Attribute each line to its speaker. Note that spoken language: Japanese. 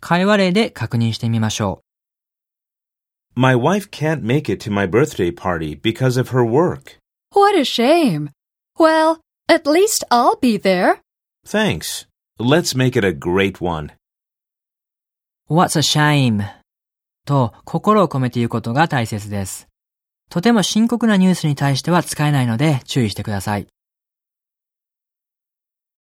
Speaker 1: 会話例で確認してみましょ
Speaker 2: My wife can't make it to my birthday party because of her work.
Speaker 3: What a shame. Well, at least I'll be there.
Speaker 2: Thanks. Let's make it a great one.
Speaker 1: う。What's a shame と心を込めて言うことが大切です。とても深刻なニュースに対しては使えないので注意してください。